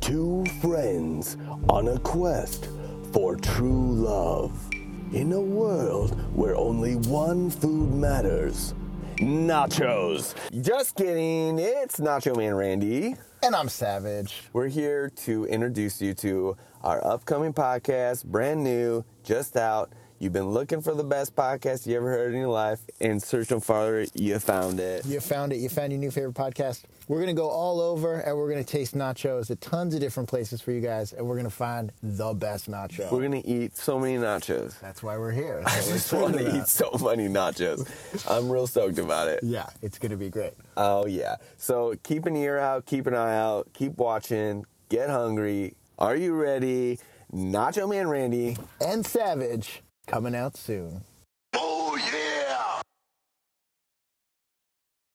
Two friends on a quest for true love. In a world where only one food matters nachos. Just kidding, it's Nacho Man Randy. And I'm Savage. We're here to introduce you to our upcoming podcast, brand new, just out. You've been looking for the best podcast you ever heard in your life, and searching for it, you found it. You found it. You found your new favorite podcast. We're going to go all over and we're going to taste nachos at tons of different places for you guys. And we're going to find the best nacho. We're gonna eat so many nachos. That's why we're here. I That's what we're just want excited to about. eat so many nachos. I'm real stoked about it. Yeah, it's going to be great. Oh yeah. So keep an ear out, keep an eye out, keep watching, get hungry. Are you ready? Nacho Man Randy. And Savage coming out soon.